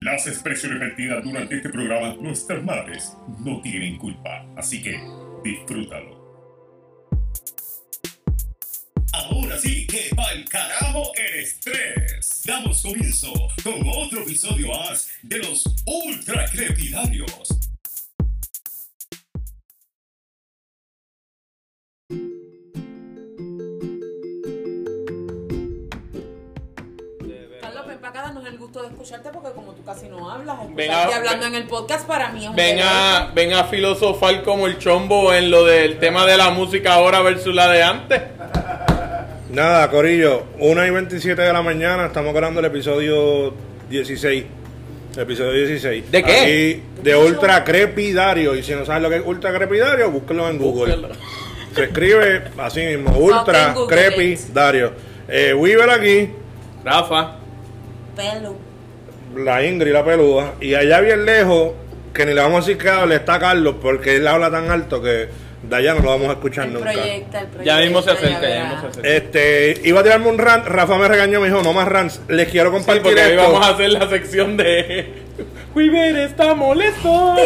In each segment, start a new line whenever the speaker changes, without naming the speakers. Las expresiones vertidas durante este programa Nuestras Madres no tienen culpa, así que disfrútalo. Ahora sí que pa'l carajo el estrés. Damos comienzo con otro episodio más de los Ultra Crepidarios.
Carlos, ven para acá, danos el gusto de escucharte porque como tú casi no hablas, escucharte
Ven a-
hablando en el podcast para mí es un
Ven
deleite.
a, ven a filosofar como el chombo en lo del tema de la música ahora versus la de antes.
Nada, Corillo, 1 y 27 de la mañana, estamos grabando el episodio 16. Episodio 16.
¿De qué?
Aquí, de Ultra Crepidario. Y si no sabes lo que es Ultra Crepidario, búsquelo en Google.
Búsquelo.
Se escribe así mismo, Ultra
Ok, Google
Crepidario. Eh, Weaver aquí,
Rafa,
Pelo.
la Ingrid, la peluda. Y allá bien lejos, que ni le vamos a decir que hable, está Carlos, porque él habla tan alto que de allá no lo vamos a escuchar
El
nunca.
proyecto, el proyecto.
ya mismo se acerca, ya
verá.
mismo se acerca.
Este, iba a tirarme un rant, Rafa me regañó, me dijo, no más rants, les quiero
Sí,
compartir
porque hoy
esto.
vamos a hacer la sección de... Weaver está molesto.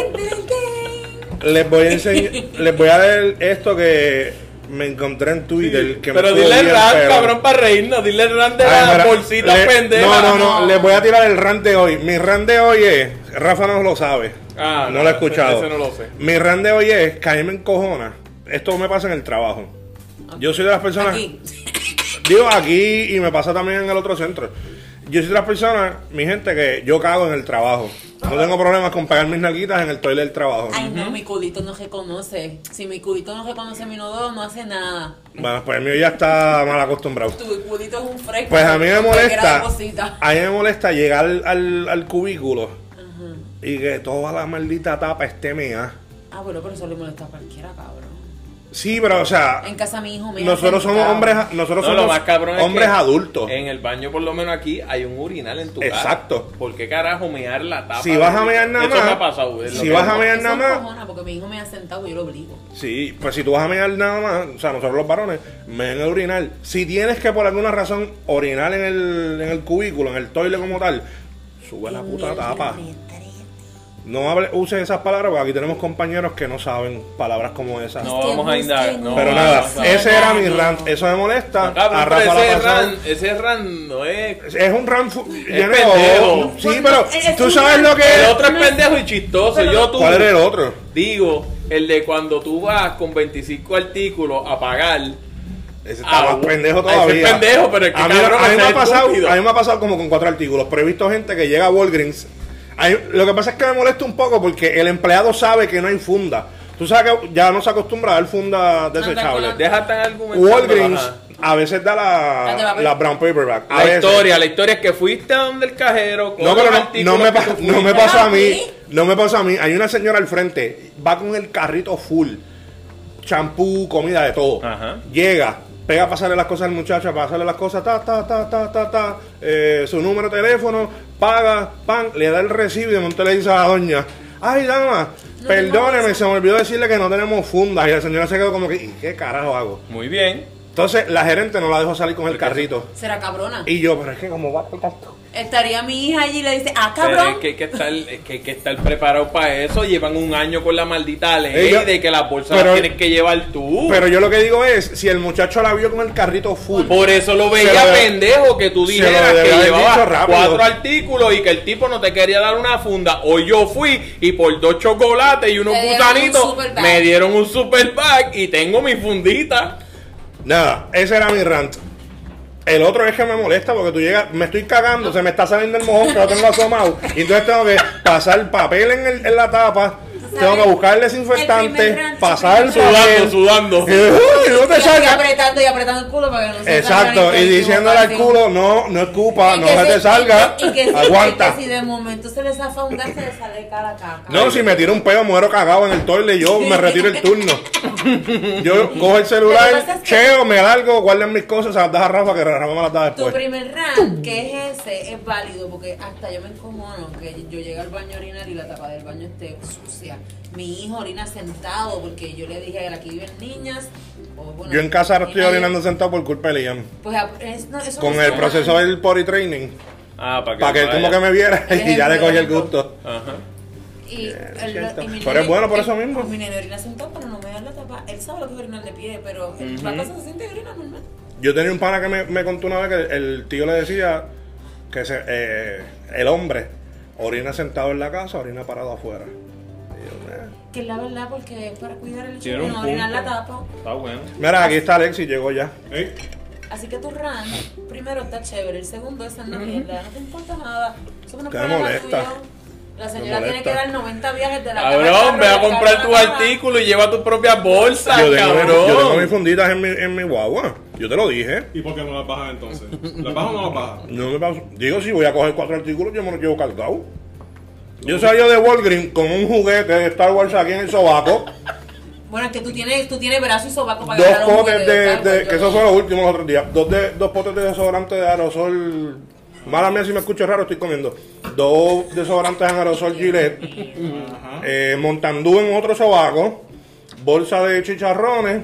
Les voy a enseñar, les voy a leer esto que me encontré en Twitter. que me
Pero
estuvo
dile el
bien
rant,
feo.
cabrón, para reírnos. Dile el rant de
Ay,
la
mira,
bolsita
le-
pendeja.
No, no, no, les voy a tirar el rant de hoy. Mi rant de hoy es, Rafa no lo sabe.
Ah,
no,
no,
lo he
ese-
escuchado.
ese no lo sé.
Mi rant de hoy es que a mí me encojona. Esto me pasa en el trabajo. Yo soy de las personas.
Aquí.
Digo, aquí y me pasa también en el otro centro. Yo soy de las personas, mi gente, que yo cago en el trabajo.
Ah.
No tengo problemas con pagar mis naguitas en el toile del trabajo.
Ay, no, mi culito no reconoce. Si mi culito no reconoce mi nodo, no hace nada.
Bueno, pues el mío ya está mal acostumbrado.
Tu culito es un fresco.
Pues a mí me
cualquiera
molesta.
cosita.
A mí me molesta llegar al, al cubículo y que toda la maldita tapa esté mía.
Ah, bueno, pero eso le molesta a cualquiera, cabrón.
Sí, pero o sea,
En casa mi hijo me
nosotros
hace,
somos
cabrón.
hombres, nosotros
No, lo
somos
más cabrón es
hombres
que
adultos.
En el baño, por lo menos aquí, hay un urinal en tu casa.
Exacto.
¿Por qué carajo mear la tapa?
Si vas a
del-
mear nada
Eso
más,
me ha pasado. es lo
si
que-
vas a mear-
Eso
nada
me
más.
encojona porque mi hijo me ha sentado y yo lo obligo.
Sí, pues si tú vas a mear nada más, o sea, nosotros los varones, me en el urinal. Si tienes que por alguna razón orinar en el, en el cubículo, en el toile como tal, sube la puta tapa. No hable- uses esas palabras porque aquí tenemos compañeros que no saben palabras como esas.
No vamos a indagar. no,
Pero
no,
nada,
no, no.
ese
no,
era
no.
mi rant, eso me molesta.
Cabrón,
a
pero
Rafa la
ese
pasaron.
ran, ese ran no es.
Es un rant fu- lleno de
pendejo.
odio. Sí,
Bueno,
pero
es
tú
un
sabes
rant.
lo que
El
es.
otro es pendejo y chistoso. Yo tú
¿Cuál era el otro?
digo el de cuando tú vas con 25 artículos a pagar.
Ese está
Ah,
más pendejo
ese es
todavía.
pendejo, pero es que
a mí,
cabrón,
a mí me
ese
ha
es
pasado,
estúpido.
a mí me ha pasado como con cuatro artículos. Pero he visto gente que llega a Walgreens. Ahí- lo que pasa es que me molesta un poco porque el empleado sabe que no hay funda. Tú sabes que ya no se acostumbra a dar funda
con
desechable.
la-
Deja tan argumentando.
Walgreens
ajá.
a veces da
La de
la,
papel.
la brown paperback. A
La
veces.
historia, la historia es que fuiste a donde el cajero. con
No, pero
los
no,
artículos
no me,
que
pa-
tú
no me
fuiste.
pasó a mí.
¿Ah, ¿Sí?
No me pasó a mí. Hay una señora al frente, va con el carrito full. Champú, comida, de todo.
Ajá.
Llega, pega a pasarle las cosas al muchacho, a pasarle las cosas, ta, ta, ta, ta, ta, ta. eh, su número de teléfono, paga, pan, le da el recibo y de momento le dice a la doña, ay dama,
No
perdóneme,
tenemos
se me olvidó decirle que no tenemos fundas. Y la señora se quedó como que, ¿y qué carajo hago?
Muy bien.
Entonces la gerente no la dejó salir con el carrito.
Será cabrona.
Y yo, pero es que como va por tanto.
Estaría mi hija allí y le dice, ah,
Pero
cabrón.
es que hay que estar, es que hay que estar preparado para eso. Llevan un año con la maldita ley
Ella-
de que las bolsas
pero-
las tienes que llevar tú.
Pero yo lo que digo es, si el muchacho la vio con el carrito full,
por eso lo
Se
veía
lo de-
pendejo que tú
se
dijeras que
lo debería haber dicho
llevaba
rápido.
cuatro artículos y que el tipo no te quería dar una funda. O yo fui y por dos chocolates y unos
Te dieron un
gusanitos
super bag.
me dieron un super bag y tengo mi fundita.
nada, ese era mi rant. El otro es que me molesta porque tú llegas, me estoy cagando, se me está saliendo el mojón que lo tengo asomado. Y entonces tengo que pasar papel en, el- en la tapa, tengo que buscar el desinfectante,
El primer rant,
pasar
el
el
primer
Sudando,
papel.
sudando.
Y no te
y así
salga.
apretando y apretando el culo para que no se
Exacto,
salga ni
y
todo el
diciéndole
tiempo,
al culo, no, no es culpa,
Y
no
que
se
si-
te salga,
y que si-
aguanta.
y que si de momento se le zafa un gas, se le sale cada caca.
No, si me tiro un pedo, muero cagado en el toile, yo me retiro el turno. Yo cojo
Lo que
el
pasa
celular,
es que-
cheo, me largo, guardan mis cosas, se las das a Rafa, que Rafa me las da
Tu
después.
primer rant, que es ese, es válido porque hasta yo me encojono que yo llego al baño a orinar y la tapa del baño esté sucia. Mi hijo orina sentado porque yo le dije a él, aquí viven niñas. o bueno,
Yo en casa ahora estoy
niñas,
orinando sentado por culpa de Liam.
Pues, ah, es- no, eso
Con
no
el
está
proceso
mal.
del potty training.
Ah, para que,
Para que
vaya.
como que me viera
Él es
y ya
el
le cogí el
blanco.
gusto.
Ajá.
Y,
es
el-
cierto.
y mi
Pero
nene-
es bueno por eso mismo.
Mi nene orina sentado, pero no me da la tapa. Él sabe lo que es orinar de pie, pero el
Ujú.
la cosa se siente orina normal.
Yo tenía un pana que me, me contó una vez que el, el tío le decía que se- eh, el hombre orina sentado en la casa, orina parado afuera. Y yo, eh.
Que es la verdad, porque es para cuidar el hecho
Tiene
de
un
no orinar la
punto.
tapa.
Está bueno.
Mira, aquí está Alexis, llegó ya.
Así que tu ran, primero está chévere, el segundo es una mierda, no te importa nada. Eso no es
Te
problema
molesta.
tuyo. La señora
Te
tiene que dar
molesta.
90 viajes de la cama al
Cabrón,
carro,
ve
del
a
carro
comprar
la
tu
cama.
artículo y lleva tus propias bolsas,
Yo tengo,
cabrón.
yo tengo mis funditas en mi, en mi guagua. Yo te lo dije.
¿Y por qué no las bajas entonces? ¿Las bajas o no las bajas?
No me paso. Digo, si voy a coger cuatro artículos, yo me los llevo cargado. Yo salí de Walgreens con un juguete de Star Wars aquí en el sobaco.
Bueno, es que tú tienes, tú tienes brazo y sobaco para
dos
agarrar un
potes
juguete
de,
Star
de-
Wars,
que
yo
esos
no.
fueron los últimos otros días dos de dos potes de desodorante de aerosol mala mía si me escucho raro estoy comiendo dos desodorantes en aerosol Gillette eh, Montandú en otro sobaco bolsa de chicharrones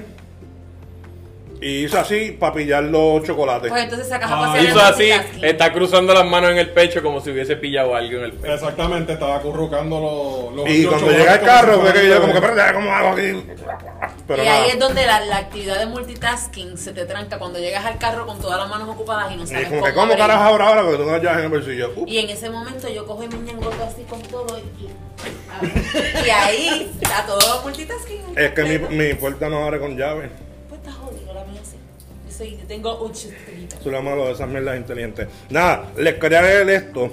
y hice así para pillar los chocolates
Pues entonces sacas a
Ah,
pasear el
Hizo así,
multitasking.
está cruzando las manos en el pecho como si hubiese pillado algo en el pecho.
Exactamente, estaba currucando los. los
y
los
cuando llega el
chocolates
carro
como
fue
si
que yo
fueran
como que
bebés.
"Espérate, ¿cómo hago aquí? pero
y
nada
ahí es donde la, la actividad de multitasking se te tranca cuando llegas al carro con todas las manos ocupadas y no
y es
sabes
como
cómo
que ¿cómo
abrir.
carajo ahora ahora que tengo las llaves en el bolsillo Uf,
Y en ese momento yo cojo y me ñangoto así con todo y, y- y ahí está todo multitasking.
es que mi, mi puerta no abre con llave
Pues está jodido la mía sí. Yo soy, yo tengo un chistecito.
Eso es lo malo de esas mierdas inteligentes. Nada, les quería leer esto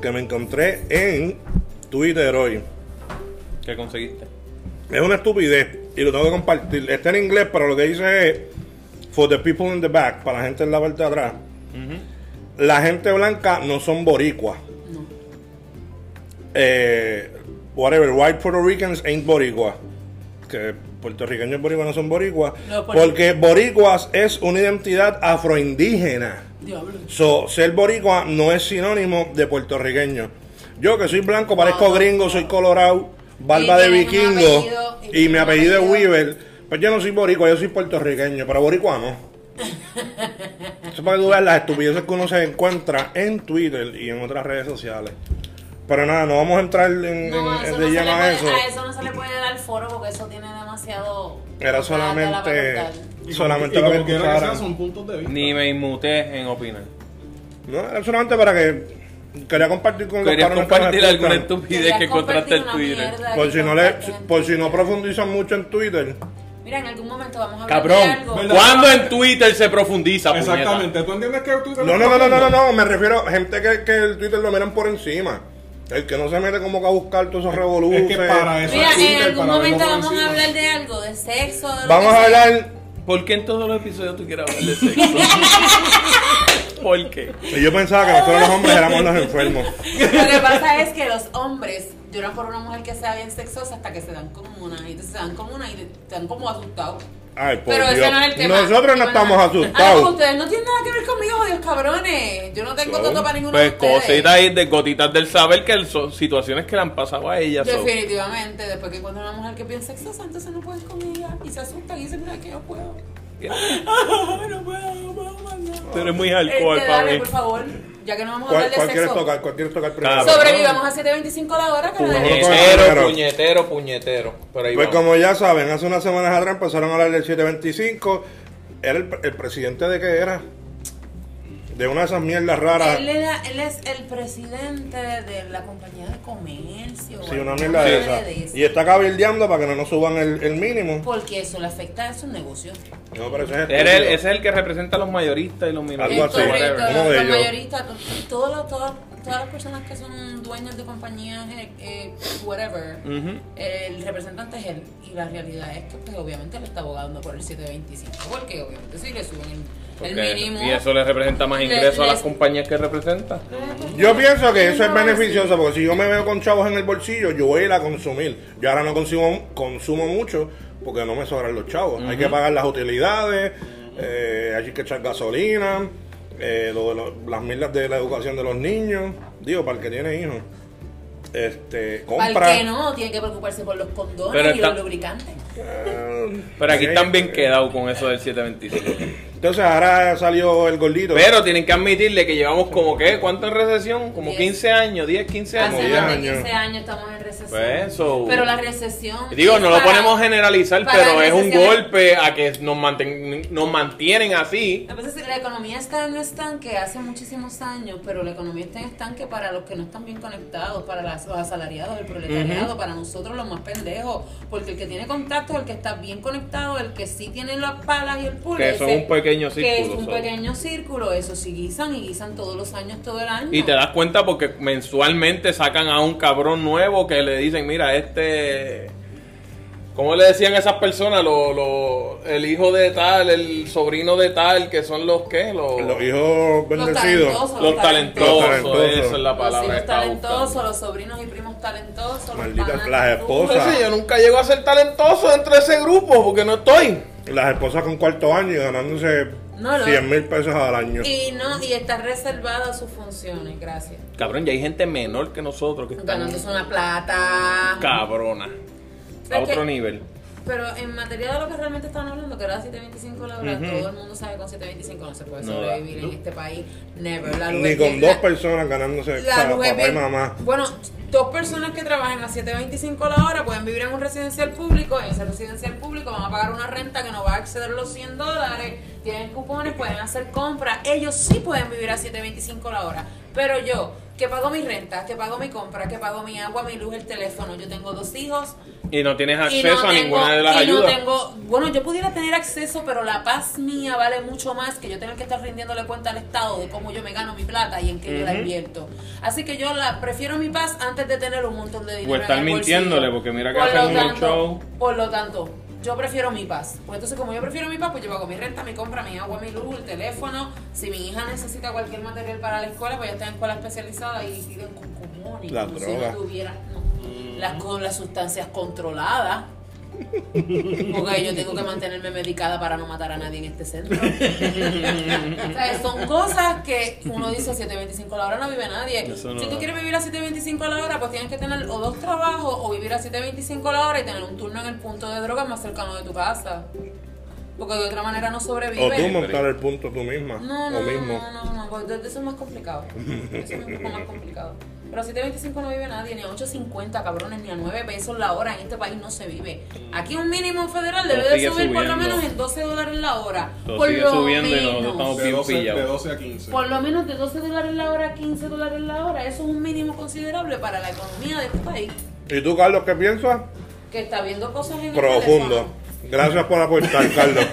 que me encontré en Twitter hoy.
¿Qué conseguiste?
Es una estupidez y lo tengo que compartir. Está en inglés, pero lo que dice es For the people in the back, para la gente en la parte de atrás. La gente blanca no son boricuas.
No.
Eh, whatever, white Puerto Ricans ain't boricuas. Que puertorriqueños boricuas no son boricuas.
No, porque-
porque boricuas es una identidad afroindígena.
Diablo.
So, ser boricua no es sinónimo de puertorriqueño. Yo que soy blanco, parezco
No.
gringo, soy colorado, barba
Y tienes
de
un
vikingo
apellido- y
y
tienes
mi
un
apellido es
apellido.
Weaver. Pues yo no soy boricua, yo soy puertorriqueño, pero boricua no. Eso es para que tú veas las estupideces que uno se encuentra en Twitter y en otras redes sociales. Pero nada, no vamos a entrar en, en-
No, eso
en
no
de
se le
lleno a
puede,
eso.
a eso no se le puede dar foro porque eso tiene demasiado.
Era
tela para
solamente,
cortar.
Y como-
solamente
y
para
como
que
quiera que sea,
escucharan.
son puntos de vista.
Ni me inmuté en opinar.
No, era solamente para que quería compartir con los
¿Querías
cabrones que nos
compartir alguna
escuchan.
estupidez
Querías
que encontraste
compartir
en
una
Twitter?
mierda
Por
que
si no le,
comparten.
por si no profundizan mucho en Twitter.
Mira, en algún momento vamos a hablar de
Cabrón,
algo.
¿Verdad?
¿cuándo en Twitter se profundiza, puñeta?
Exactamente, ¿tú entiendes que tú te
No, no, no, no, no, no, no, me refiero a gente que, que el Twitter lo miran por encima. El que no se mete como que a buscar todos esos revoluciones.
Es que para eso
Mira,
es
en
Twitter,
algún
para verlo
momento
por
vamos a
encima.
hablar de algo, de sexo. De lo
Vamos
que
a
sea.
hablar.
¿Por qué en todos los episodios tú quieres hablar de sexo? ¿Por qué?
Y yo pensaba que nosotros los hombres éramos los enfermos.
Lo que pasa es que los hombres lloran por una mujer que sea bien sexosa hasta que se dan con una. Y entonces se dan con una y están como asustados.
Ay, por
Pero
Dios.
ese no es el tema.
Nosotros no estamos
Ah, porque
asustados.
ustedes no tienen nada que ver conmigo, Dios cabrones. Yo no tengo
No.
toto para ninguno
Pues
de ustedes.
cositas ahí de gotitas del saber que son situaciones que le han pasado a ella. son.
Definitivamente, después que encuentran una mujer que piensa sexosa, entonces no pueden con ella. Y se asustan y dicen, mira, que yo puedo. no puedo, no puedo, no
Tú eres muy
puedo.
alcohol
Este,
para
dale,
mí.
por favor, ya que no vamos a
¿Cuál,
hablar
cuál
de
quieres
sexo.
tocar? ¿Cuál quieres tocar primero?
Cabrón.
Sobrevivamos a 7.25 la hora, que la
Tú,
de-
Puñetero, puñetero, puñetero. Pero ahí
Pues
vamos.
como ya saben, hace unas semanas atrás empezaron a hablar del 725. Era el, el presidente de qué era? De una de esas mierdas raras.
Él, era- él es el presidente de la compañía de comercio.
Sí, una
alguna
mierda de
madre
esa.
de esas.
Y está cabildeando para que no nos suban el, el mínimo.
Porque eso le afecta a su negocio.
No, pero eso
Eres
es
el- ese
estúpido.
es el que representa a los mayoristas y los minoristas.
Algo así.
Correcto,
whatever.
Uno de
los
ellos.
mayoristas, to- todos los- todas, todas las personas que son dueños de compañías, eh, eh, whatever,
Ujú.
el representante es él. Y la realidad es que pues, obviamente le está abogando por el 725, porque obviamente si le suben el, el
Porque-
mínimo...
Y eso le representa más
Le-
ingresos a
le-
las compañías que representa.
Yo pienso que eso es
No, sí.
beneficioso porque si yo me veo con chavos en el bolsillo, yo voy a ir a consumir. Yo ahora no consumo, consumo mucho porque no me sobran los chavos. Hay que pagar las utilidades, eh, hay que echar gasolina, eh, lo de lo- las mierdas de la educación de los niños. Digo, para el que tiene hijos. Este, compra.
Al que no, tiene que preocuparse por los condones
Pero
y
está-
los lubricantes.
eh,
Pero aquí
sí,
están bien
eh,
quedados con eso del 725.
Entonces ahora salió el gordito.
Pero tienen que admitirle que llevamos como que, ¿cuánto en recesión? Como
Diez.
15 años, 10, 15
Hace
años.
diez
más de
años.
15 años estamos en recesión.
Pues, so-
Pero la recesión.
Digo,
es
no lo
para-
podemos generalizar,
para
pero es un
necesidades-
golpe a que nos, manten- nos mantienen así.
A veces la economía está en un estanque hace muchísimos años, pero la economía está en estanque para los que no están bien conectados, para las- los asalariados, el proletariado, para nosotros los más pendejos, porque el que tiene contacto, el que está bien conectado, el que sí tiene las palas y el pulo.
Que son
ese-
un pequeño
Que es
círculo,
un
¿sabes?
pequeño círculo, eso sí guisan y guisan todos los años, todo el año.
Y te das cuenta porque mensualmente sacan a un cabrón nuevo que le dicen, mira, este... ¿Cómo le decían a esas personas? Lo, lo- el hijo de tal, el sobrino de tal, que son los que... Los,
Los hijos bendecidos.
talentosos.
los talentosos,
Los talentosos.
esa es la
los
palabra. que
hijos
estaba
talentosos,
buscando.
los sobrinos y primos talentosos. los
Malditas
panas
las
de turno.
esposas.
Entonces, yo nunca llego a ser talentoso dentro de ese grupo porque no estoy.
Las esposas con cuarto año y ganándose
No, no.
100 mil pesos al año.
Y no, y está reservado a sus funciones, gracias.
Cabrón, ya hay gente menor que nosotros que están
Ganándose una plata.
cabrona. A
Pero es
otro
que-
nivel.
Pero en materia de lo que realmente estaban hablando, que era 725 la hora, todo el mundo sabe que con 725 no se puede
No
sobrevivir
da.
en este país. Never. La luz
Ni
es
con
bien-
dos
la-
personas ganándose
la
pa-
luz es
papá y
bien-
mamá.
Bueno, dos personas que trabajan a 725 la hora pueden vivir en un residencial público. En ese residencial público van a pagar una renta que no va a exceder los 100 dólares. Tienen cupones, pueden hacer compras. Ellos sí pueden vivir a 725 la hora. Pero yo, que pago mi renta, que pago mi compra, que pago mi agua, mi luz, el teléfono. Yo tengo dos hijos,
Y no tienes
y
acceso
no
a
tengo-
ninguna de las
y no
ayudas.
tengo- bueno, yo pudiera tener acceso, pero la paz mía vale mucho más que yo tener que estar rindiéndole cuenta al Estado de cómo yo me gano mi plata y en qué yo la invierto. Así que yo la prefiero mi paz antes de tener un montón de dinero.
O estar
en el bolsillo.
mintiéndole, porque mira que
Por
hacen
lo
unos
tanto-
show.
Por lo tanto, yo prefiero mi paz. Pues entonces, como yo prefiero mi paz, pues yo pago mi renta, mi compra, mi agua, mi luz, el teléfono. Si mi hija necesita cualquier material para la escuela, pues ya está en escuela especializada y viven con comunes.
La
como Si
droga.
no tuviera, no. Las, con las sustancias controladas. Porque yo tengo que mantenerme medicada para no matar a nadie en este centro. O sea, son cosas que uno dice a 7.25 a la hora no vive nadie.
Eso no
si tú
da.
quieres vivir a 7.25 a la hora, pues tienes que tener o dos trabajos o vivir a 7.25 a la hora y tener un turno en el punto de drogas más cercano de tu casa. Porque de otra manera no
O tú
sobrevives.
montar el punto tú misma.
No,
o
no, no,
mismo.
no, no, no, porque eso es más complicado. Eso es un poco más complicado. Pero a 7.25 no vive nadie, ni a 8.50, cabrones, ni a 9 pesos la hora. En este país no se vive. Aquí un mínimo federal
Todo
debe de
sigue
subir por lo
subiendo.
menos en 12 dólares la hora.
Todo
por
sigue
lo
subiendo y
menos.
nosotros estamos
De 12,
pillado.
de 12 a 15.
Por lo menos de 12 dólares la hora a 15 dólares la hora. Eso es un mínimo considerable para la economía de este país.
¿Y tú, Carlos, qué piensas?
Que está viendo cosas en el
Profundo.
teléfono.
Gracias por aportar, Carlos.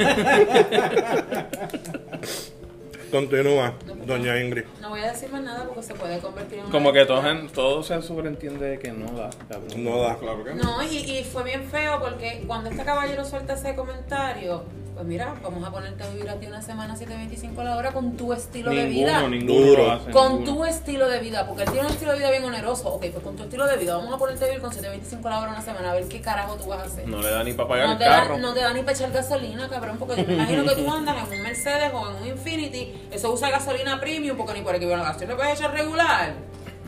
Continúa, doña Ingrid.
No voy a decir más nada porque se puede convertir en una
Como que
lectura.
todos en- todo se sobreentiende que no da, cabrón.
No da.
Ah, Claro que no.
No, y, y fue bien feo porque cuando este caballero suelta ese comentario, pues mira, vamos a ponerte a vivir a ti una semana a 7.25 la hora con tu estilo de vida.
Ninguno, ninguno
Duro.
lo hace.
Con
ninguno.
tu estilo de vida, porque él tiene un estilo de vida bien oneroso. Ok, pues con tu estilo de vida, vamos a ponerte a vivir con 7.25 la hora una semana, a ver qué carajo tú vas a hacer.
No le da ni para pagar
No
el
te, da,
carro.
no te da ni para echar gasolina, cabrón, porque yo me imagino que tú andas en un Mercedes o en un Infinity, eso usa gasolina premium, porque ni por aquí bueno, gasolina puedes echar regular.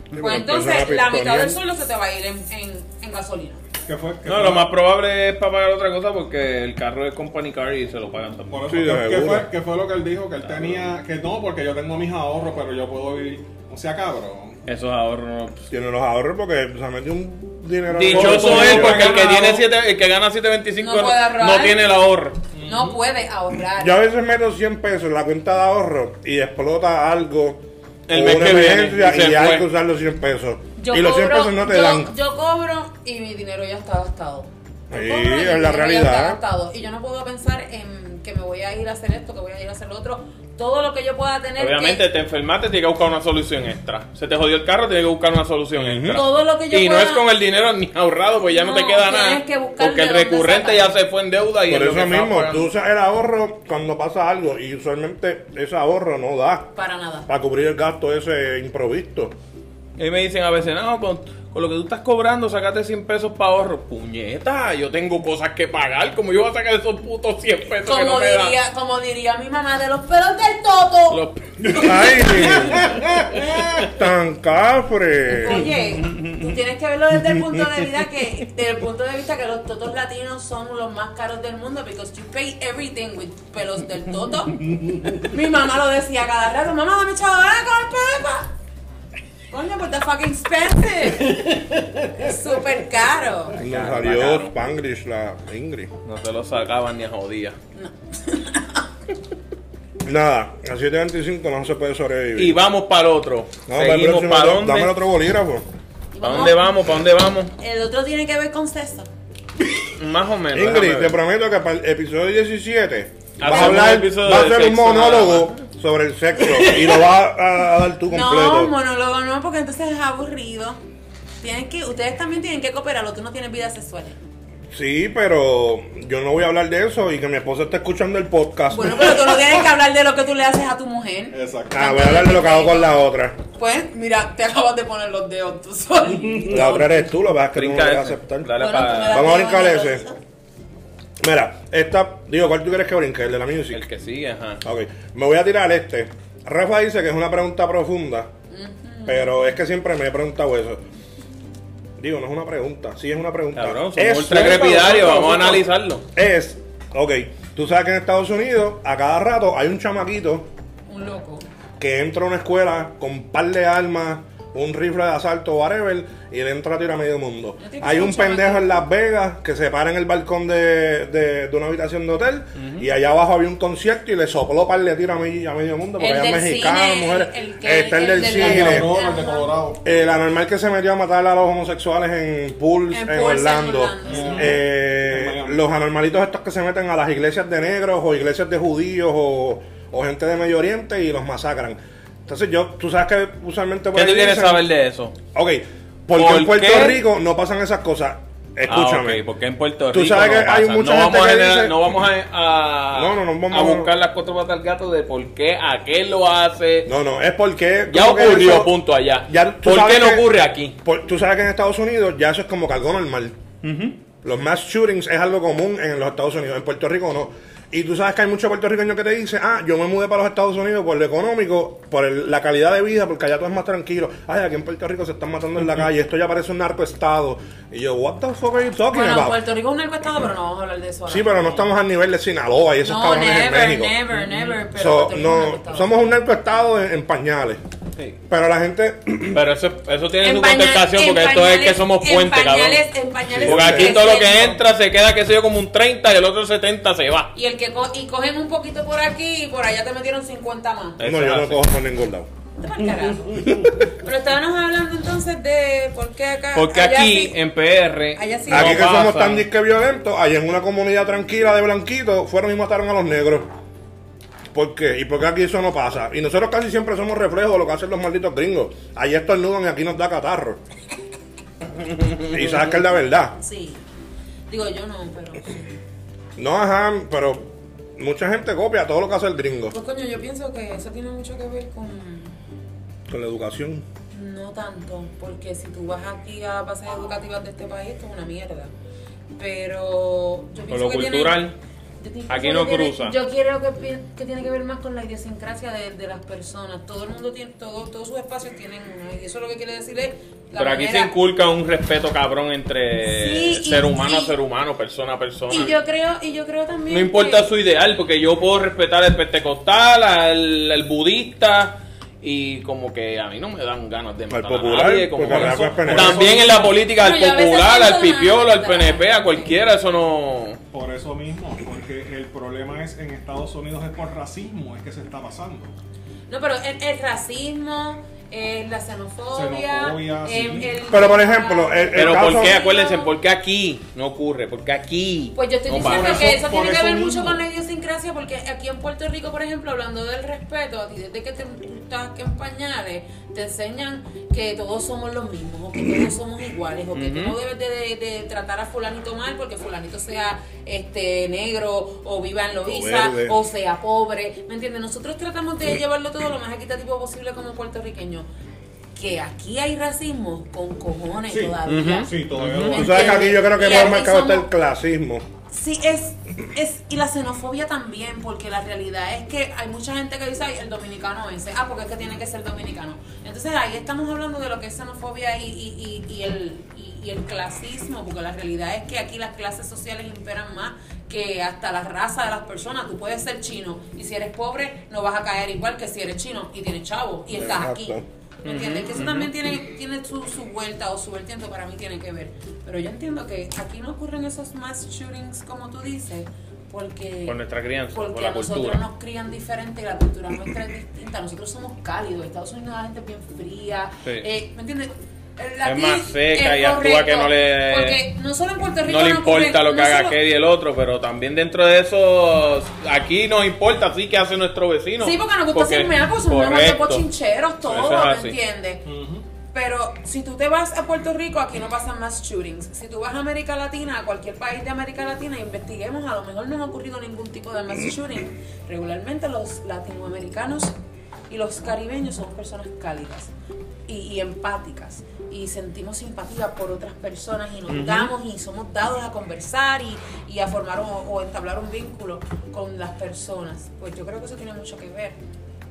pero
Pues entonces
empiezan
la
a
mitad
pistonear.
del sueldo se te va a ir en, en, en gasolina.
¿Qué fue? ¿Qué
No,
fue?
lo más probable es para pagar otra cosa porque el carro es company car y se lo pagan también.
Por eso,
Sí,
¿qué-
de
¿qué,
seguro. Ah,
fue, qué fue lo que él dijo? Que él tenía. Que no, porque yo tengo mis ahorros, pero yo puedo vivir. O sea, cabrón.
Esos ahorros. pues.
Tiene los ahorros porque se metió un dinero.
Dichoso
Por
él
eso
porque el que
ganado.
tiene siete, el que gana 725
No puede
no,
ahorrar.
no tiene el ahorro.
No puede ahorrar.
Yo a veces meto 100 pesos en la cuenta de ahorro y explota algo.
El
o
mes
una
que viene,
emergencia
y se
y, hay
fue.
que usar los 100 pesos.
Yo
y los 100
cobro-
pesos no te
yo-
dan.
Yo cobro y mi dinero ya está gastado. Yo
Sí,
cobro y mi
es la
dinero ya está
realidad.
gastado. Y yo no puedo pensar en que me voy a ir a hacer esto, que voy a ir a hacer lo otro. Todo lo que yo pueda tener.
Obviamente
que-
te enfermaste, tienes que buscar una solución extra. Se te jodió el carro, tienes que buscar una solución extra.
Todo lo que yo
y no
pueda-
es con el dinero ni ahorrado, pues ya no,
No,
te queda
tienes
nada.
que buscar
porque el
de dónde
recurrente ya
sacar.
se fue en deuda y
Por
es lo que
eso
estaba
mismo,
pagando.
tú usas el ahorro cuando pasa algo y usualmente ese ahorro no da
Para nada.
para cubrir el gasto ese improvisto.
Y me dicen a veces, no, con, con lo que tú estás cobrando, sacate 100 pesos para ahorro. Puñeta, yo tengo cosas que pagar. como yo voy a sacar esos putos 100 pesos que no
Como
me dan?
diría, como diría mi mamá, de los pelos del toto.
Los-
¡Ay! ¡Tan cafre!
Oye, tú tienes que verlo desde el punto de vista que, desde el punto de vista que los totos latinos son los más caros del mundo because you pay everything with pelos del toto. Mi mamá lo decía cada rato, mamá dame chavo ahora con el pepa. Coño, pues the fucking expensive. Es súper caro.
Nos salió Spanglish, la Ingrid.
No te lo sacaban ni a jodía.
Nada, a 7.25 no se puede sobrevivir.
Y vamos para el otro.
No, para el
Seguimos
próximo,
para
dame- Dame el
dónde.
otro bolígrafo.
Y
¿Para dónde vamos? ¿Para dónde vamos?
El otro tiene que ver con sexo.
Más o menos.
Ingrid,
déjame
te
ver.
prometo que para el episodio 17
Hacemos
vas a
Ah, un
hablar,
episodio
va a
de
ser un
sexo
monólogo sobre el sexo y lo vas a, a dar tú
No,
completo.
monólogo no, porque entonces es aburrido. Tienen que, ustedes también tienen que cooperarlo, tú no tienes vida sexual.
sí, pero yo no voy a hablar de eso y que mi esposa está escuchando el podcast.
Bueno, pero tú no tienes que hablar de lo que tú le haces a tu mujer.
Exacto.
ah, voy a hablar de lo que hago con la otra.
Pues, mira, te acabas de poner los dedos tú solo.
La otra eres tú, lo vas a que tú no
Brinca
lo vas a
ese.
aceptar.
Dale para
Vamos a brincar ese. Mira, esta, digo, ¿cuál tú quieres que brinque? El de la music.
el que sigue, ajá.
Ok, me voy a tirar este. Rafa dice que es una pregunta profunda, pero es que siempre me he preguntado eso. Digo, no es una pregunta, sí es una pregunta.
Cabrón,
es
somos ultra crepidarios, vamos a analizarlo.
Es, ok, tú sabes que en Estados Unidos a cada rato hay un chamaquito
Un loco.
que entra a una escuela con un par de armas, un rifle de asalto, whatever, y le entra a tirar a medio mundo.
No tiene que
Hay
ser
un
un chamaco.
pendejo en Las Vegas que se para en el balcón de, de- de una habitación de hotel y allá abajo había un concierto y le sopló par de tiros a, medio- a medio mundo porque
El
allá es
del
mexicano,
cine,
mujeres.
el que-
está el,
el
del
del
El de
cine.
balcón.
Colorado, el de Colorado.
El anormal Eh, que se metió a matar a los homosexuales en Pulse, en,
En Pulse, en
Orlando.
Orlando, sí.
Eh,
En Miami.
los anormalitos estos que se meten a las iglesias de negros o iglesias de judíos o, o gente de Medio Oriente y los masacran. Entonces yo, tú sabes que usualmente... por
¿Qué tú
ahí
quieres
dicen-
saber de eso?
Ok, porque
¿Por
en Puerto
qué?
Rico no pasan esas cosas.
Ah,
Escúchame.
ok, porque en Puerto Rico
Tú sabes que
no
hay
pasa.
mucha
no
gente
vamos a
que
generar-
dice-
no vamos a, a,
No, no, no, vamos
a
a-
buscar las cuatro patas al gato de por qué, a qué lo hace.
No, no, es porque...
ya
como que
ocurrió,
eso-
punto allá.
ya tú
¿Por
sabes
qué no
que-
ocurre aquí?
por- tú sabes que en Estados Unidos ya eso es como que algo normal. Los mass shootings es algo común en los Estados Unidos, en Puerto Rico no. Y tú sabes que hay muchos puertorriqueños que te dicen, ah, yo me mudé para los Estados Unidos por lo económico, por el- la calidad de vida, porque allá todo es más tranquilo. Ay, aquí en Puerto Rico se están matando en la calle, esto ya parece un narcoestado. Y yo, what the fuck are you talking
Bueno,
about?
Puerto Rico es un narcoestado, pero no vamos a hablar de eso ahora.
Sí, pero no estamos al nivel de Sinaloa y esos
No,
cabrones
never,
en México.
never, never. Pero
So,
Puerto Rico es un
no,
narcoestado.
somos un narcoestado en, en pañales.
Sí.
Pero la gente,
Pero eso, eso tiene
En
su
pañal-
contestación
en
porque esto es que
pañales-
somos
en
puente, cabrón.
pañales- En pañales.
Porque
Sí,
aquí
sí.
todo lo que
creciendo.
entra se queda, qué sé yo, como un 30 y el otro 70 se va.
Y el que co- y cogen un poquito por aquí y por allá te metieron 50 más.
Eso
no, yo
es
no
así.
cojo por ningún lado.
Vete pa'l carajo. Pero estábamos hablando entonces de por qué acá.
Porque
allá
aquí,
sí.
en PR,
Allá sí.
no
Aquí que somos
pasa.
tan disque violentos, allá en una comunidad tranquila de blanquitos, fueron y mataron a los negros. ¿Por qué? ¿Y por qué aquí eso no pasa? Y nosotros casi siempre somos reflejos de lo que hacen los malditos gringos. Allí estornudan y aquí nos da catarro. y sabes que es la verdad.
Sí. Digo, yo no, pero. pues,
No, ajá, pero mucha gente copia todo lo que hace el gringo.
Pues coño, yo pienso que eso tiene mucho que ver con.
Con la educación.
No tanto, porque si tú vas aquí a bases educativas de este país, esto es una mierda. Pero yo pienso
lo
que tiene-
cultural,
yo pienso
aquí
que
no
tiene-
cruza.
yo quiero que, pi- que tiene que ver más con la idiosincrasia de, de las personas. Todo el mundo tiene, todo, todos sus espacios tienen una. Y eso lo que quiere decir es la
Pero aquí se
manera-
inculca un respeto cabrón entre
Sí, y-
ser humano a
y-
ser humano, persona a persona.
Y yo creo, y yo creo también
No importa
que-
su ideal, porque yo puedo respetar al pentecostal, al, al budista, y como que a mí no me dan ganas de matar
popular,
a nadie. Como
porque
que
Rafa
eso-
es PNP.
también en la política, al
No, yo a veces
popular,
pienso
al
en la-
pipiolo, al PNP, a cualquiera, eso no...
Por eso mismo, porque el problema es en Estados Unidos es por racismo, es que se está pasando.
No, pero el, el racismo, eh, la xenofobia,
Xenofobia, sí.
el- el-
Pero, por ejemplo, el-
Pero ¿por
caso-
qué? Acuérdense, ¿por qué aquí no ocurre? ¿Por qué aquí?
Pues yo estoy
no
diciendo
pasa?
eso-
que eso,
por
tiene que
eso
ver
mismo.
mucho con la idiosincrasia, porque aquí en Puerto Rico, por ejemplo, hablando del respeto, a ti desde que te, tú estás aquí en pañales, te enseñan que todos somos los mismos, o que
Mm.
todos somos iguales, o que
Mm-hmm.
tú no debes de, de- de tratar a fulanito mal porque fulanito sea este negro, o viva en Loiza,
verde.
o sea pobre, ¿me entiendes? Nosotros tratamos de llevarlo todo lo más equitativo posible como puertorriqueños. que aquí hay racismo con cojones
Sí. Mm-hmm.
todavía.
Sí, todavía
Ujú.
lo
Tú
hay.
sabes que aquí yo creo que
Y
más
aquí
marcado está el
somos-
clasismo.
Sí, es, es, y la xenofobia también, porque la realidad es que hay mucha gente que dice, "Ay, el dominicano ese, ah, porque es que tiene que ser dominicano. Entonces ahí estamos hablando de lo que es xenofobia y, y, y, y el, y, y el clasismo, porque la realidad es que aquí las clases sociales imperan más que hasta la raza de las personas. Tú puedes ser chino y si eres pobre no vas a caer igual que si eres chino y tienes chavo y estás aquí.
Exacto.
¿Me entiendes? Que eso también tiene, tiene su, su vuelta o su vertiente, para mí tiene que ver. Pero yo entiendo que aquí no ocurren esos mass shootings como tú dices, porque,
Por nuestra crianza,
porque
por la
a nosotros
cultura.
nos crían diferente y la cultura nuestra es distinta. Nosotros somos cálidos, Estados Unidos la gente es bien fría,
Sí.
eh, ¿me entiendes? El-
Es
aquí
más seca
es
y actúa
correcto,
que no le-
Porque no solo en Puerto Rico
No le
ocurre-
importa lo que
no
haga
solo-
aquel y el otro, pero también dentro de eso, aquí nos importa sí que hace nuestro vecino.
Sí, porque nos gusta ser menos, porque somos unos
correcto.
pochincheros,
Eso es
todos,
así.
¿me entiendes?
Ujú.
Pero si tú te vas a Puerto Rico, aquí no pasan más shootings. Si tú vas a América Latina, a cualquier país de América Latina, investiguemos, a lo mejor no ha ocurrido ningún tipo de mass shooting. Regularmente los latinoamericanos y los caribeños somos personas cálidas y, y empáticas y sentimos simpatía por otras personas y nos damos y somos dados a conversar y, y a formar o, o entablar un vínculo con las personas. Pues yo creo que eso tiene mucho que ver.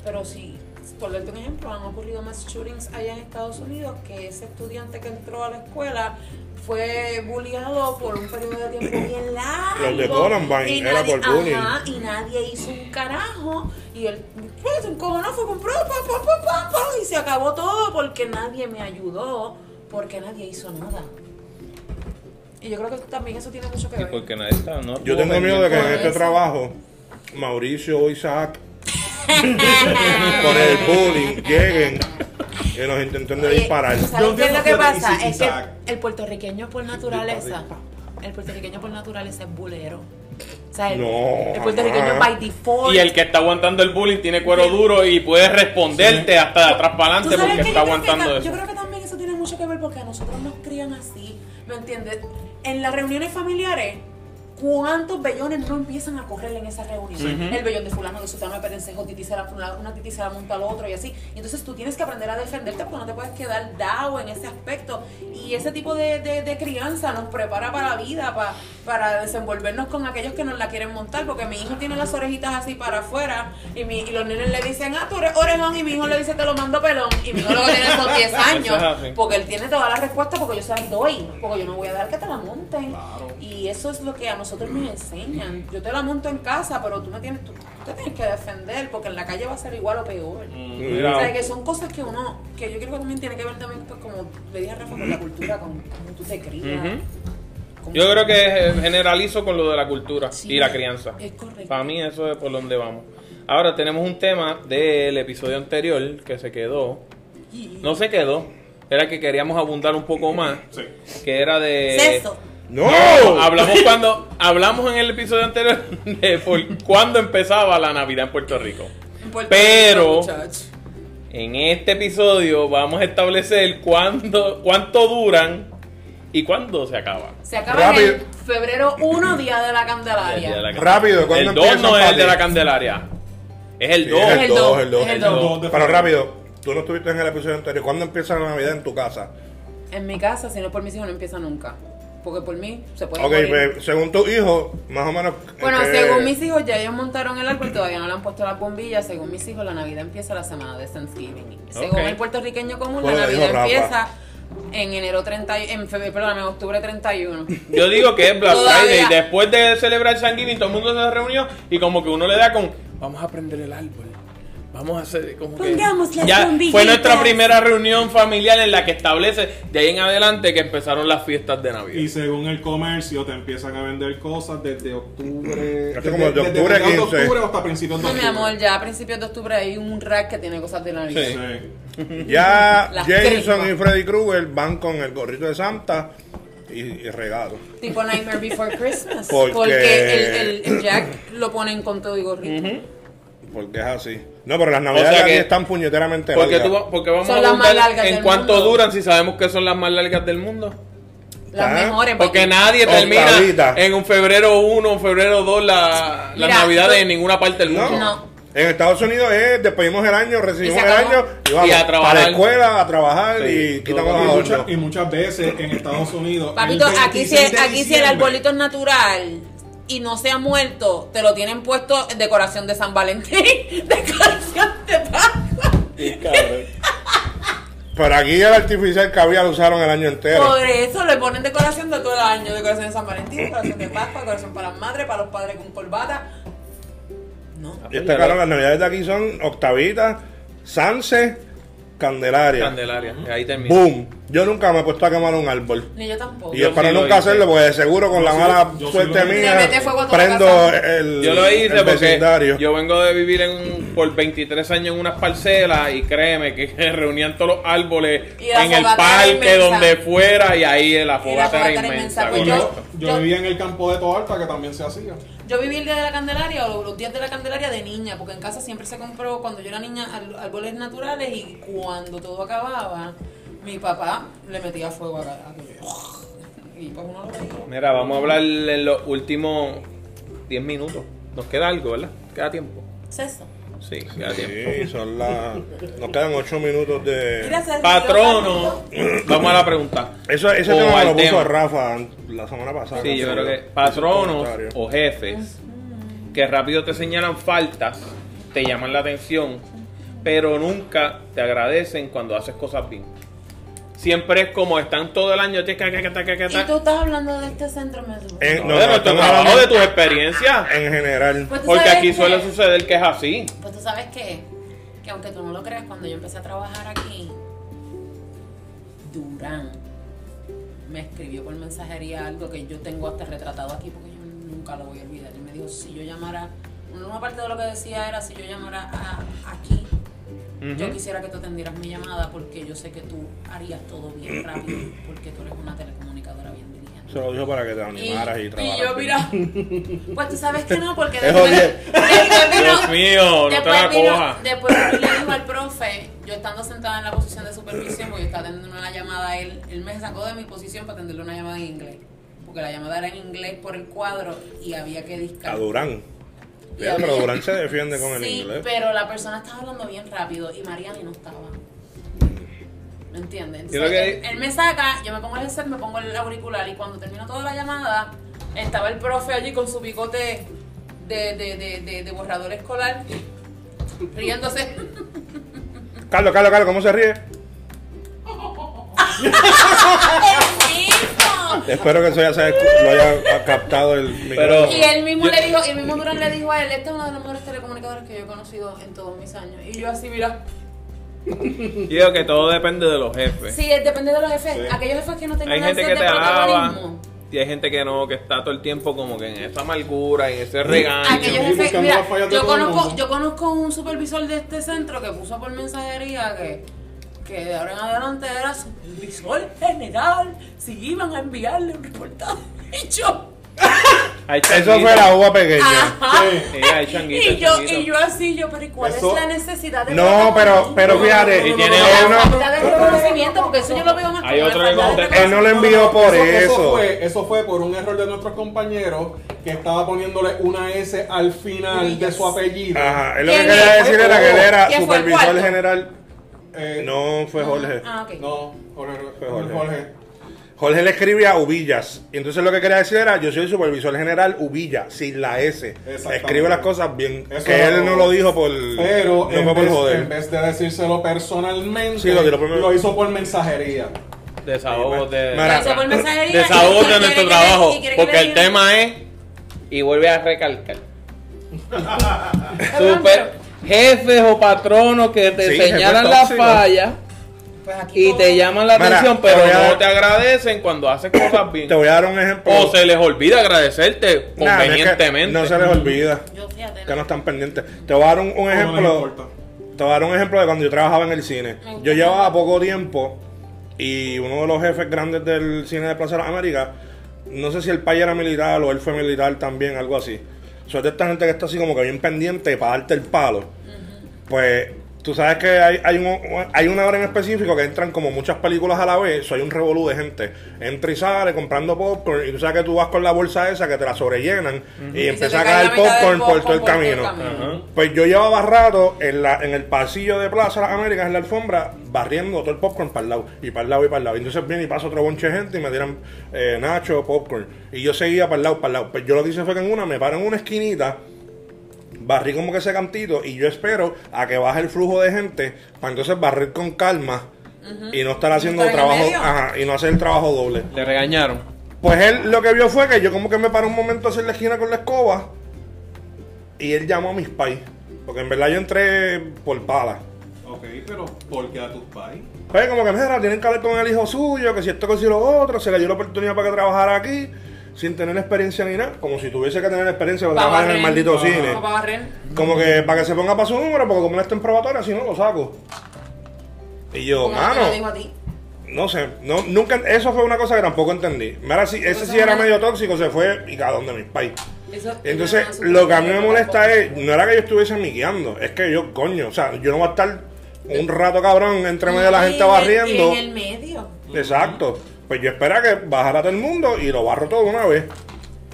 Pero sí, por darte un ejemplo, han ocurrido más shootings allá en Estados Unidos que ese estudiante que entró a la escuela fue bulliado por un periodo de tiempo bien largo.
Los de Columbine,
y
era
nadie-
por bullying.
ajá, y nadie hizo un carajo. Y él, pues, un cojonazo compró, pa, pa, pa, pa, pa, y se acabó todo porque nadie me ayudó, porque nadie hizo nada. Y yo creo que también eso tiene mucho que
Sí,
ver.
porque nadie está, ¿no?
Yo tengo miedo de que en
Por
este
eso.
trabajo, Mauricio o Isaac, con el bullying, lleguen y nos intenten de
Oye,
disparar.
Yo
¿Sabes qué es
entiendo
lo que
que
pasa?
dices,
Es que
Isaac.
el puertorriqueño por naturaleza, el puertorriqueño por naturaleza es bulero. O sea, el,
No,
el puertorriqueño
jamás.
by default.
Y el que está aguantando el bullying tiene cuero duro y puede responderte hasta de atrás para
¿Tú
adelante
sabes
porque
qué?
está
Yo creo que
aguantando
ta-
eso.
Yo creo que también eso tiene mucho que ver porque a nosotros nos crían así, ¿me entiendes? En las reuniones familiares, ¿cuántos bellones no empiezan a correr en esa reunión? El bellón de fulano, de sutano, de perencejo, titi se la fula- una titi se la monta al otro y así. Y entonces tú tienes que aprender a defenderte porque no te puedes quedar dado en ese aspecto. Y ese tipo de, de- de crianza nos prepara para la vida, pa- para desenvolvernos con aquellos que nos la quieren montar, porque mi hijo tiene las orejitas así para afuera y, mi- y los nenes le dicen, ah, tú eres orejón y mi hijo le dice, te lo mando pelón. Y mi hijo lo que tiene son 10
Eso es
años,
así.
porque él tiene todas las respuestas, porque yo se las doy, porque yo no voy a dejar que te la monten.
Claro.
Y eso es lo que a nosotros nos enseñan. Yo te la monto en casa, pero tú me tienes, tú, tú te tienes que defender, porque en la calle va a ser igual o peor.
Mm.
O sea, que son cosas que uno, que yo creo que también tiene que ver también, pues como le dije a Rafa, con la cultura, con cómo tú te crías.
Ujú.
cómo-
Yo creo que eh, generalizo con lo de la cultura
Sí,
y la crianza.
Es correcto.
Para mí eso es por donde vamos. Ahora tenemos un tema del episodio anterior que se quedó.
Y-
No se quedó. Era que queríamos abundar un poco más.
Sí.
Que era de...
Sexo.
¡No!
No, hablamos cuando hablamos en el episodio anterior de por cuándo empezaba la Navidad en Puerto Rico.
En Puerto
Pero-
Rico, muchacho.
En este episodio vamos a establecer cuándo, cuánto duran y cuándo se acaban.
Se acaba
Rápido.
en febrero 1, día de la
El día de
Candelaria.
la
Rápido,
Candelaria.
¿cuándo
El 2 no
empiezan
es
para
el de
ti?
la Candelaria. Es el
Sí,
2.
es
el
el 2,
dos,
el 2.
es el
dos.
Pero rápido, tú no estuviste en el episodio anterior. ¿Cuándo empieza la Navidad en tu casa?
En mi casa, si no es por mis hijos, no empieza nunca. Porque por mí se puede.
Ok,
morir.
pues, este- según tu hijo, más o menos. ¿en
Bueno,
qué-
según mis hijos, ya ellos montaron el árbol, todavía no le han puesto las bombillas. Según mis hijos, la Navidad empieza la semana de Thanksgiving. Según
Ok.
el puertorriqueño común,
Bueno,
la
Pues, dijo
Navidad
Rafa.
empieza en enero 30, y- en febrero, perdón, en octubre 31.
Yo digo que es Black
Todavía.
Friday. Después de celebrar San Giving, todo el mundo se reunió y como que uno le da con, vamos a prender el árbol. Vamos a hacer como que...
Pongamos las
ya fue
bombillitas.
nuestra primera reunión familiar en la que establece de ahí en adelante que empezaron las fiestas de Navidad.
Y según el comercio, te empiezan a vender cosas desde octubre.
Hace como de octubre a
mediados de
15.
octubre hasta principios de
No, mi
octubre.
amor, ya a principios de octubre hay un rack que tiene cosas de Navidad.
Sí.
Sí.
Ya
Las
Jason
crespas.
y Freddy Krueger van con el gorrito de Santa y, y regalo.
Tipo Nightmare Before Christmas.
Porque-
Porque el, el- el Jack lo ponen con todo y gorrito.
Porque es así. No, pero las Navidades
O sea
aquí
que-
están puñeteramente
Porque,
largas.
tú, va- porque vamos
Son
a
las más
abundar
largas
en
del
cuánto
mundo.
duran si sabemos que son las más largas del mundo.
Las
Ah,
mejores.
Porque nadie
Octavita.
termina en un febrero 1, un febrero 2 la, las
Mira,
navidades
yo-
en ninguna parte del
No.
mundo.
No.
En Estados Unidos es despedimos el año, recibimos
Y se
el
acabó.
año y vamos
Y a
a la
trabajar.
escuela a trabajar y quitamos
y,
los
muchas, y
adornos.
muchas veces en Estados Unidos.
Papito,
el
aquí si,
26 de
aquí si el
diciembre-
arbolito es natural y no se ha muerto, te lo tienen puesto en decoración de San Valentín, decoración de Pascua.
Pero aquí el artificial que había lo usaron el año entero.
Por eso le ponen decoración de todo el año, decoración de San Valentín, decoración de Pascua, decoración para las madres, para los padres con corbata. No.
Y este cabrón, las navidades de aquí son Octavita, Sanse, Candelaria.
Candelaria. Ahí termina.
¡Boom! Yo nunca me he puesto a quemar un árbol.
Ni yo tampoco.
Y
Yo
espero
sí lo
nunca
hice.
hacerlo porque de seguro con la
sí
mala
lo- yo sí
suerte
lo hice.
mía
Le mete fuego a toda la
prendo
casa.
el,
Yo lo hice
el
porque
vecindario.
yo vengo de vivir en por 23 años en unas parcelas y créeme que reunían todos los árboles
Y la
en el
fogata era
parque,
inmensa.
donde fuera y ahí la fogata era
fogata era
inmensa.
inmensa, pues
correcto.
Yo, yo
Yo-
vivía en el campo de Toalta que también se hacía.
Yo viví el día de la Candelaria o los días de la Candelaria de niña, porque en casa siempre se compró cuando yo era niña al- árboles naturales y cuando todo acababa, mi papá le metía fuego a cada Y pues uno lo veía.
Mira, vamos a hablar en los últimos 10 minutos. Nos queda algo, ¿verdad? Queda tiempo.
Sexto.
Sí, queda tiempo.
Sí, son las... Nos quedan ocho minutos
Mira,
de...
César,
Patrono, vamos a la pregunta.
Eso, ese
O
tema
al
lo puso
tema.
a Rafa la semana pasada.
Sí, yo
Ese
creo que
comentario.
patronos o jefes que rápido te señalan faltas, te llaman la atención, pero nunca te agradecen cuando haces cosas bien. Siempre es como están todo el año. tic, tac, tac, tac, tac,
Y
tac.
tú estás hablando de este centro, me supongo.
En-
No,
no,
de
no,
nuestro
estamos
trabajo,
hablando
de tus experiencias.
En general.
Pues tú
Porque
sabes
aquí
que-
suele suceder que es así.
Pues tú sabes que, que aunque tú no lo creas, cuando yo empecé a trabajar aquí, Durán me escribió por mensajería algo que yo tengo hasta retratado aquí porque yo nunca lo voy a olvidar. Y me dijo, si yo llamara, una parte de lo que decía era, si yo llamara a, aquí, yo quisiera que tú atendieras mi llamada porque yo sé que tú harías todo bien rápido porque tú eres una telecomunicadora bien dirigente.
Se lo dijo para que te animaras y,
Y, y
trabajaras.
yo, mira, pues tú sabes que no, porque
Es
después,
jodido.
después vino-
Dios mío, no te
después
la
vino-
cojas.
Después vino y le dijo al profe, yo estando sentada en la posición de supervisión, porque yo estaba atendiendo una llamada a él, él me sacó de mi posición para atenderle una llamada en inglés. Porque la llamada era en inglés por el cuadro y había que
A
discar.
Durán.
Y
Mira,
había-
pero Durán se defiende con el
sí,
inglés.
pero la persona estaba hablando bien rápido y Mariani no estaba. ¿Me entiendes?
Yo creo que-
él, él me saca, yo me pongo el headset, me pongo el auricular y cuando termino toda la llamada, estaba el profe allí con su bigote de, de, de, de- de borrador escolar, riéndose.
Carlos, Carlos, Carlos, ¿cómo se ríe?
¡Mismo!
Espero que eso ya se haya escu- lo haya captado el micrófono.
Pero-
Y él mismo
Yo-
le dijo, y el mismo Durán le dijo a él, este es uno de los mejores telecomunicadores que yo he conocido en todos mis años. Y yo así, mira,
Yo digo que todo depende de los jefes.
sí, depende de los jefes.
Sí.
Aquellos jefes que no tengan
Pues. Hay gente
ese
que te
de
alaba
protagonismo.
y hay gente que no, que está todo el tiempo como que en esa amargura, en ese
Ah,
regaño.
Aquellos
Sí,
jefes,
buscando
mira,
las fallas de
yo
todo el
conozco,
mundo.
yo conozco un supervisor de este centro que puso por mensajería que, que de ahora en adelante era supervisor general si iban a enviarle un reportaje. Y yo,
Hay
Eso
changuitos.
fue la uva pequeña.
ajá.
Sí.
Sí, hay changuitos,
y yo,
changuitos.
y yo así, yo, pero ¿y cuál
Eso-
es la necesidad de
No, pero, pero fíjate.
Y tiene
él
la
no,
falta de reconocimiento, porque eso yo lo veo más
Hay
como
otro
una falta
que
de
contesta.
él no lo envió por eso.
fue, eso fue por un error de nuestros compañeros que estaba poniéndole una S al final de su apellido.
Ajá, él lo que
¿Quién
quería
es?
decir era que él era
¿Quién fue el
supervisor
cuarto?
general.
Eh,
No, fue Jorge.
Ah, ok.
No, Jorge.
Fue Jorge.
Jorge.
Jorge le escribía Ubillas. Y entonces lo que quería decir era, yo soy el supervisor general Ubilla, sin la S.
Exactamente.
Escribe las cosas bien.
Eso
que
era
él
todo.
no lo dijo por... no
Pero en,
fue por
vez,
joder.
en vez de decírselo personalmente,
Sí, lo tiró por-
lo hizo por mensajería.
Desahogos de...
Mara-
Eso por mensajería, y quiere
Desahogos de
que
nuestro
le-
trabajo.
y quiere que
Porque
le
el
digan-
tema es... Y vuelve a recalcar.
Perdón,
Super jefes o patronos que te
Sí, jefes
señalan las
tóxicos.
fallas
pero, pues aquí
y
todo-
te llaman la
Mira,
atención,
te
pero
voy a-
no te agradecen cuando haces cosas bien.
Te voy a dar un ejemplo.
O se les olvida agradecerte
Nah, no es que
convenientemente.
No se les olvida.
Yo fíjate,
Que no están pendientes. Te voy a dar un, un
les
ejemplo.
importa.
Te voy a dar un ejemplo de cuando yo trabajaba en el cine.
Me gusta.
Yo llevaba poco tiempo y uno de los jefes grandes del cine de Plaza de las Américas, no sé si el país era militar o él fue militar también, algo así. Soy de esta gente que está así como que bien pendiente para darte el palo. Pues Tú sabes que hay, hay, un- hay una hora en específico que entran como muchas películas a la vez, eso hay un revolú de gente. Entra y sale comprando popcorn y tú sabes que tú vas con la bolsa esa que te la sobrellenan y
se te
empieza a
cae
caer
la mitad del
popcorn, por todo el
popcorn
camino. Pues yo llevaba rato en, la, en el pasillo de Plaza Las Américas, en la alfombra, barriendo todo el popcorn para el lado, y para el lado, y para el lado. Y entonces viene y pasa otro bonche de gente y me tiran eh, Nacho, popcorn. Y yo seguía para el lado, para el lado. Pues yo lo que hice fue que en una me paro en una esquinita, barrí como que ese cantito, y yo espero a que baje el flujo de gente, para entonces barrer con calma y no estar haciendo
estar en el
trabajo,
medio.
ajá, y no hacer el trabajo doble.
Le regañaron.
Pues él lo que vio fue que yo como que me paré un momento a hacer la esquina con la escoba y él llamó a mis pais. Porque en verdad yo entré por pala.
Ok, pero ¿por qué a tus pais?
Pues como que mira, tienen que hablar con el hijo suyo, que si esto, que si lo otro, se le dio la oportunidad para que trabajara aquí sin tener experiencia ni nada. Como si tuviese que tener experiencia para trabajar en el maldito cine.
Para barrer.
Como que para que se ponga para su número, porque como no está en probatoria, si no lo saco. Y yo,
Como te
mano.
lo digo a ti.
No sé, no, nunca, eso fue una cosa que tampoco entendí. Mira, sí, ese sí era medio tóxico, se fue y cada donde mis pais.
Eso-
Entonces,
eso-
lo que a mí me molesta es, no era que yo estuviese migueando, es que yo, coño, o sea, yo no voy a estar un rato cabrón entre medio de la
Y
gente
en el-
barriendo.
y En el medio.
Exacto. Pues yo esperaba que bajara todo el mundo y lo barro todo de una vez.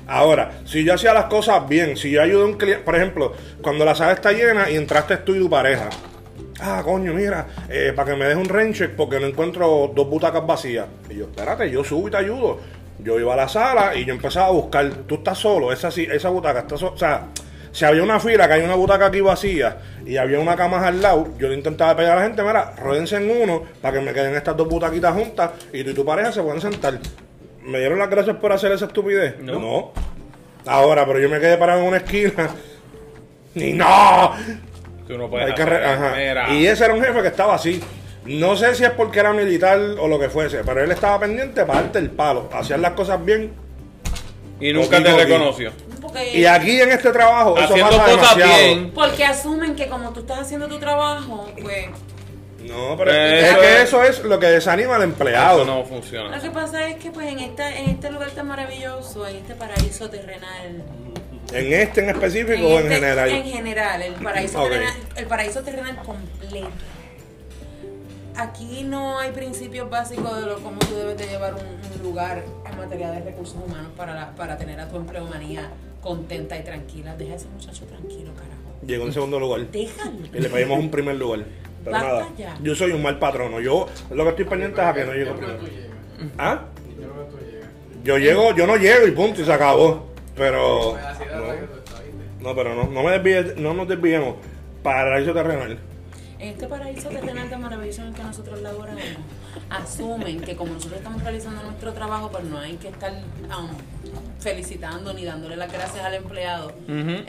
Ahora, si yo hacía las cosas bien, si yo ayudo a un cliente, por ejemplo, cuando la sala está llena y entraste tú y tu pareja. Ah, coño, mira, eh, para que me des un rain check porque no encuentro dos butacas vacías. Y yo, espérate, yo subo y te ayudo. Yo iba a la sala y yo empezaba a buscar, tú estás solo, esa, sí- esa butaca está sola. O sea, si había una fila, que hay una butaca aquí vacía y había una cama al lado, yo le intentaba pegar a la gente, mira, rodense en uno para que me queden estas dos butaquitas juntas y tú y tu pareja se pueden sentar. ¿Me dieron las gracias por hacer esa estupidez?
No.
no. Ahora, pero yo me quedé parado en una esquina. Y no,
Tú no puedes
hay que
hacer-
re- ajá.
Pues Mira.
Y ese era un jefe que estaba así. No sé si es porque era militar o lo que fuese, pero él estaba pendiente para darte el palo, hacían las cosas bien.
Y nunca te
Conmigo,
reconoció.
Porque,
Y aquí en este trabajo
Haciendo
eso pasa
cosas
demasiado.
bien.
porque asumen que como tú estás haciendo tu trabajo, pues.
No, pero
Eso
es que
es-
eso es lo que desanima al empleado.
Eso no
Lo
funciona.
que pasa es que pues en esta, en este lugar tan maravilloso, en este paraíso terrenal.
En este en específico o en
este-
general.
En general, el paraíso,
Ok.
terrenal, el paraíso terrenal completo. Aquí no hay principios básicos de lo, cómo tú debes de llevar un, un lugar en materia de recursos humanos para, la- para tener a tu empleomanía contenta y tranquila. Deja a ese muchacho tranquilo, carajo.
Llegó en segundo lugar.
Déjalo.
Y le pedimos un primer lugar. Pero
Basta
nada,
ya.
yo soy un mal patrono. Yo lo que estoy pendiente es a que no llego primero. ¿Ah? Yo llego, yo no llego y punto, y se acabó. Pero. No, pero no, no, me desvíe- no nos desviemos. Paraíso terrenal.
En este paraíso terrenal tan maravilloso en el que nosotros laboramos, asumen que como nosotros estamos realizando nuestro trabajo, pues no hay que estar um, felicitando ni dándole las gracias al empleado.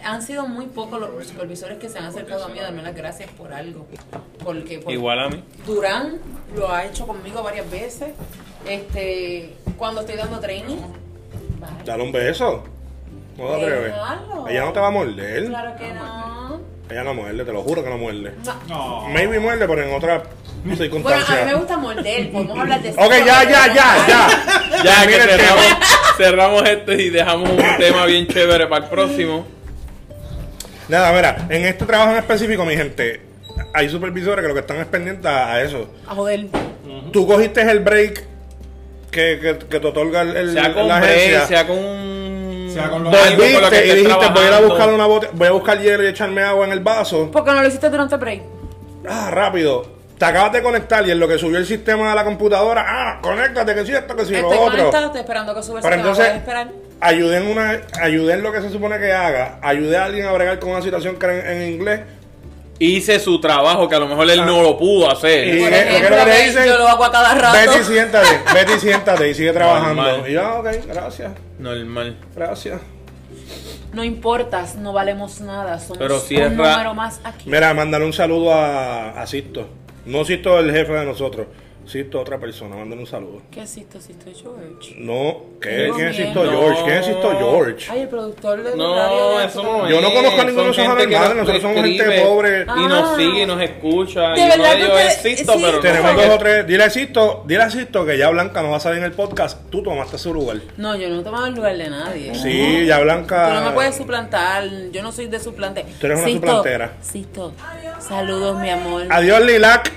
Han sido muy pocos los supervisores que se han acercado a mí a darme las gracias por algo. Porque por-
Igual a mí.
Durán lo ha hecho conmigo varias veces. Este, cuando estoy dando training, bye.
Dale un beso. No te atreves.
Déjalo.
Ella no te va a morder.
claro que no.
Ella no muerde, te lo juro que no muerde.
No.
Maybe muerde, pero en otra
Bueno, a
circunstancia.
mí me gusta morder, podemos hablar de
ok, ya, ya, ya, ya.
Ya que
Mira el
cerramos, cerramos este y dejamos un tema bien chévere para el próximo.
Nada, mira, en este trabajo en específico, mi gente, hay supervisores que lo que están es pendientes a a eso.
A joder.
Tú cogiste el break que, que, que te otorga el, el-
Sea con
la agencia.
break, sea con.
Sea con lo-
algo con lo que
Volviste y
estés
dijiste, voy a ir a
trabajando.
buscar una bote- voy a buscar hielo y echarme agua en el vaso.
¿Por qué no lo hiciste durante el break?
Ah, rápido. Te acabas de conectar y en lo que subió el sistema de la computadora, ah, conéctate, que si esto, que si lo
Estoy
otro.
conectado, estoy esperando que suba el
Pero
sistema,
entonces,
voy a esperar.
ayudé en, una, ayudé en lo que se supone que haga, ayudé a alguien a bregar con una situación que era en, en inglés.
Hice su trabajo que a lo mejor él no lo pudo hacer.
Y-
Por
eh, lo que
ejemplo,
le
que
dicen,
yo lo hago a cada rato.
Betty, siéntate, Betty, siéntate y sigue trabajando.
Normal.
Y yo, ah, ok, gracias,
Normal.
gracias.
No importas, no valemos nada. Somos
Pero si
un
es ra-
número más aquí.
Mira, mándale un saludo a, a Sisto. No Sisto el jefe de nosotros, Sisto, otra persona, mándale un saludo.
¿Qué es esto? Si estoy George.
No, ¿qué?
Digo
¿quién es
bien.
Sisto
No.
George? ¿Quién es Sisto George?
Ay, el productor del horario
No,
de
eso no es.
Yo no conozco a ninguno de esos
Son gente que
anormales, nosotros somos gente
escribe
pobre.
Y
Ah.
nos sigue y nos escucha.
De
y
verdad
uno de
que
ellos es
ustedes-
Sisto,
sí.
pero
Tenemos
no.
dos o tres. Dile a Sisto, dile a Sisto que ya Blanca no va a salir en el podcast. Tú tomaste su lugar.
No, yo no he tomado el lugar de nadie.
Sí, ya Blanca.
Tú no me puedes suplantar, yo no soy de suplante.
Tú eres una
Sisto,
suplantera.
Sisto, saludos, mi amor.
Adiós, Lilac.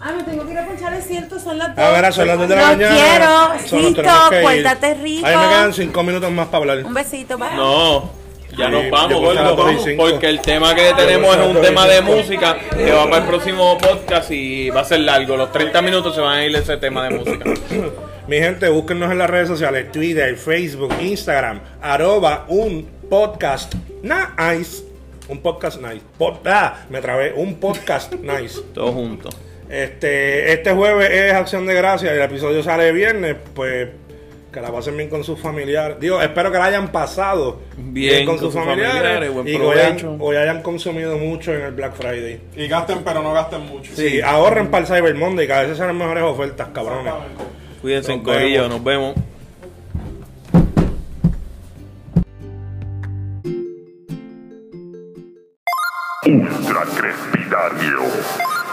Ah, me tengo que ir a ponchar, es cierto, son las
A ver, a son las dos de la
No
mañana.
quiero,
Son- nos
Sisto,
tenemos que ir.
pórtate rico.
Ahí me quedan cinco minutos más para hablar.
Un besito, bye.
No, ya
Sí,
nos
yo
vamos,
creo que a las
gordo,
dos y cinco.
porque el tema que tenemos
creo que
es
a
un
las
tema
dos y
de
cinco.
música que va para el próximo podcast y va a ser largo. Los 30 minutos se van a ir ese tema de música.
Mi gente, búsquennos en las redes sociales: Twitter, Facebook, Instagram. Arroba un podcast nice. Un podcast nice. Pod- ah, me trabé. Un podcast nice.
Todos juntos.
Este, este jueves es Acción de Gracias y el episodio sale viernes, pues que la pasen bien con sus familiares. Digo, espero que la hayan pasado
Bien con sus familiares, buen
y que hoy hayan,
provecho.
hoy hayan consumido mucho en el Black Friday.
Y gasten, pero no gasten mucho.
Sí, ahorren para el Cyber Monday, que a veces son las mejores ofertas, cabrones.
Cuídense,
Nos
Corillo.
vemos.
Nos vemos.
Ultra Crepidario.